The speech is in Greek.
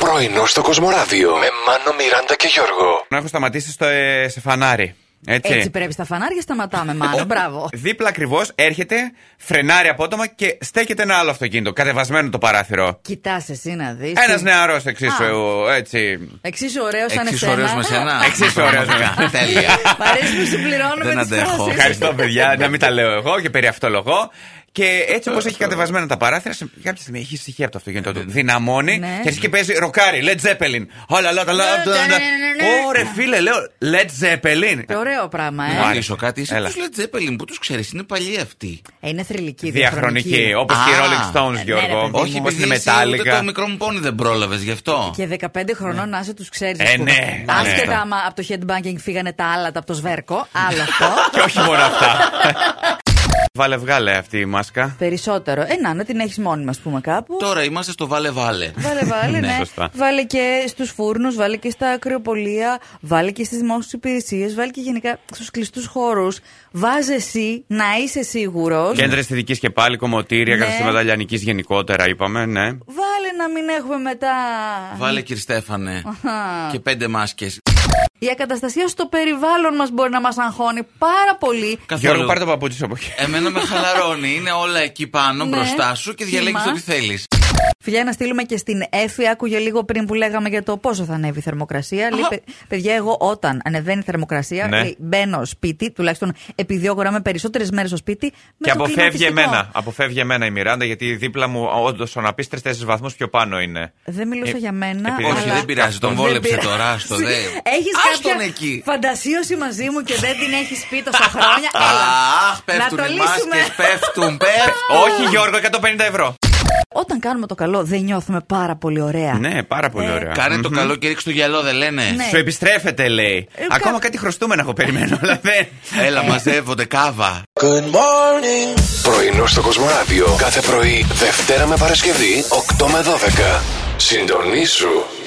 Πρωινό στο Κοσμοράδιο με Μάνο, Μιράντα και Γιώργο. Να έχω σταματήσει στο, ε, σε φανάρι. Έτσι. Έτσι πρέπει στα φανάρια σταματάμε, μάλλον. Μπράβο. Δίπλα ακριβώς έρχεται, φρενάρει απότομα και στέκεται ένα άλλο αυτοκίνητο. Κατεβασμένο το παράθυρο. Κοιτάς εσύ να δεις. Ένας νεαρός εξίσου ε, έτσι. Εξίσου ωραίος σαν Εξίσου εσένα. ωραίος με σένα. Εξίσου ωραίος με σένα. Τέλεια. Μ' αρέσει που συμπληρώνουμε Δεν τις αντέχω. φράσεις. Ευχαριστώ, παιδιά, να μην τα λέω εγώ και περί αυτολογώ. Και έτσι όπως έχει κατεβασμένα τα παράθυρα, σε κάποια στιγμή έχει ησυχία από το αυτοκίνητο του. Δυναμώνει Ναι. και αρχίζει και παίζει ροκάρι, Led Zeppelin. Όλα, όλα, όλα. ναι, Ωρε φίλε, λέω Led Zeppelin. Ωραίο πράγμα, Μου Να ε. άρεσε. ρωτήσω κάτι. Είσαι Έλα. τους Led Zeppelin που τους ξέρεις, είναι παλιοί αυτοί. Ε, Είναι θρηλυκή, Διαχρονική, όπως και οι Α, Rolling Stones, ναι, Γιώργο. ρε παιδί Όχι, Όχι, μου. όπως επειδή είναι εσύ ούτε μετάλλικα. το μικρό μου πόνι δεν πρόλαβες γι' αυτό. Και 15 χρονών να είσαι τους ξέρεις. Ε, ναι, ναι. Άσχετα άμα από το headbanging φύγανε τα άλλα, τα από το σβέρκο. Άλλο αυτό. Και όχι μόνο αυτά. Βάλε βγάλε αυτή η μάσκα. Περισσότερο. Ε, να, να την έχεις μόνη μας, πούμε κάπου. Τώρα είμαστε στο Βάλε Βάλε. Βάλε, βάλε, ναι. σωστά. Βάλε και στους φούρνους, βάλε και στα ακροπολία, βάλε και στις δημόσιες υπηρεσίες, βάλε και γενικά στους κλειστούς χώρους. Βάζε εσύ να είσαι σίγουρος. Κέντρα αισθητική και πάλι, κομμωτήρια, Ναι. καταστήματα λιανικής γενικότερα, είπαμε, ναι. Βάλε να μην έχουμε μετά. Βάλε κύριε Στέφανε. Και πέντε μάσκες. Η ακαταστασία στο περιβάλλον μας μπορεί να μας αγχώνει πάρα πολύ. Γιώργο, Καθόλου. πάρε το παπούτσι σου από εκεί. Εμένα με χαλαρώνει. Είναι όλα εκεί πάνω, Ναι. μπροστά σου και διαλέγεις Κύμα. ό,τι θέλεις. Φιλιά, να στείλουμε και στην Εφη. Άκουγε λίγο πριν που λέγαμε για το πόσο θα ανέβει η θερμοκρασία. Λέει, «Παι- παιδιά, εγώ όταν ανεβαίνει η θερμοκρασία, Ναι. λέει, μπαίνω σπίτι, τουλάχιστον επιδιώκω να είμαι περισσότερες μέρες στο σπίτι. Με Και το αποφεύγει κλιματιστικό». εμένα. Αποφεύγει εμένα η Μιράντα, γιατί δίπλα μου, όντως, ο να πει τρει-τέσσερι βαθμούς πιο πάνω είναι. Δεν μιλούσα Ε, για μένα. επειδή- Όχι, αλλά... δεν πειράζει. Τον βόλεψε τώρα. Άστο, δε. Έχεις Άστον κάποια εκεί. φαντασίωση μαζί μου και δεν την έχεις πει τόσα χρόνια. Έλα. Αχ, να πέφτουν το οι λύσουμε. μάσκες, πέφτουν, πέφτουν. Όχι, Γιώργο, 150 ευρώ. Όταν κάνουμε το καλό, δεν νιώθουμε πάρα πολύ ωραία. Ναι, πάρα πολύ Ε, ωραία. Κάνε το Μμμ. καλό και ρίξ το γυαλό, δεν λένε. Ναι. Σου επιστρέφεται, λέει. Ε, κα- Ακόμα κάτι χρωστούμενα έχω περιμένω, αλλά δεν. Έλα, μαζεύονται κάβα. Πρωινό στο Κοσμοράδιο κάθε πρωί, Δευτέρα με Παρασκευή, 8 με 12. Συντονίσου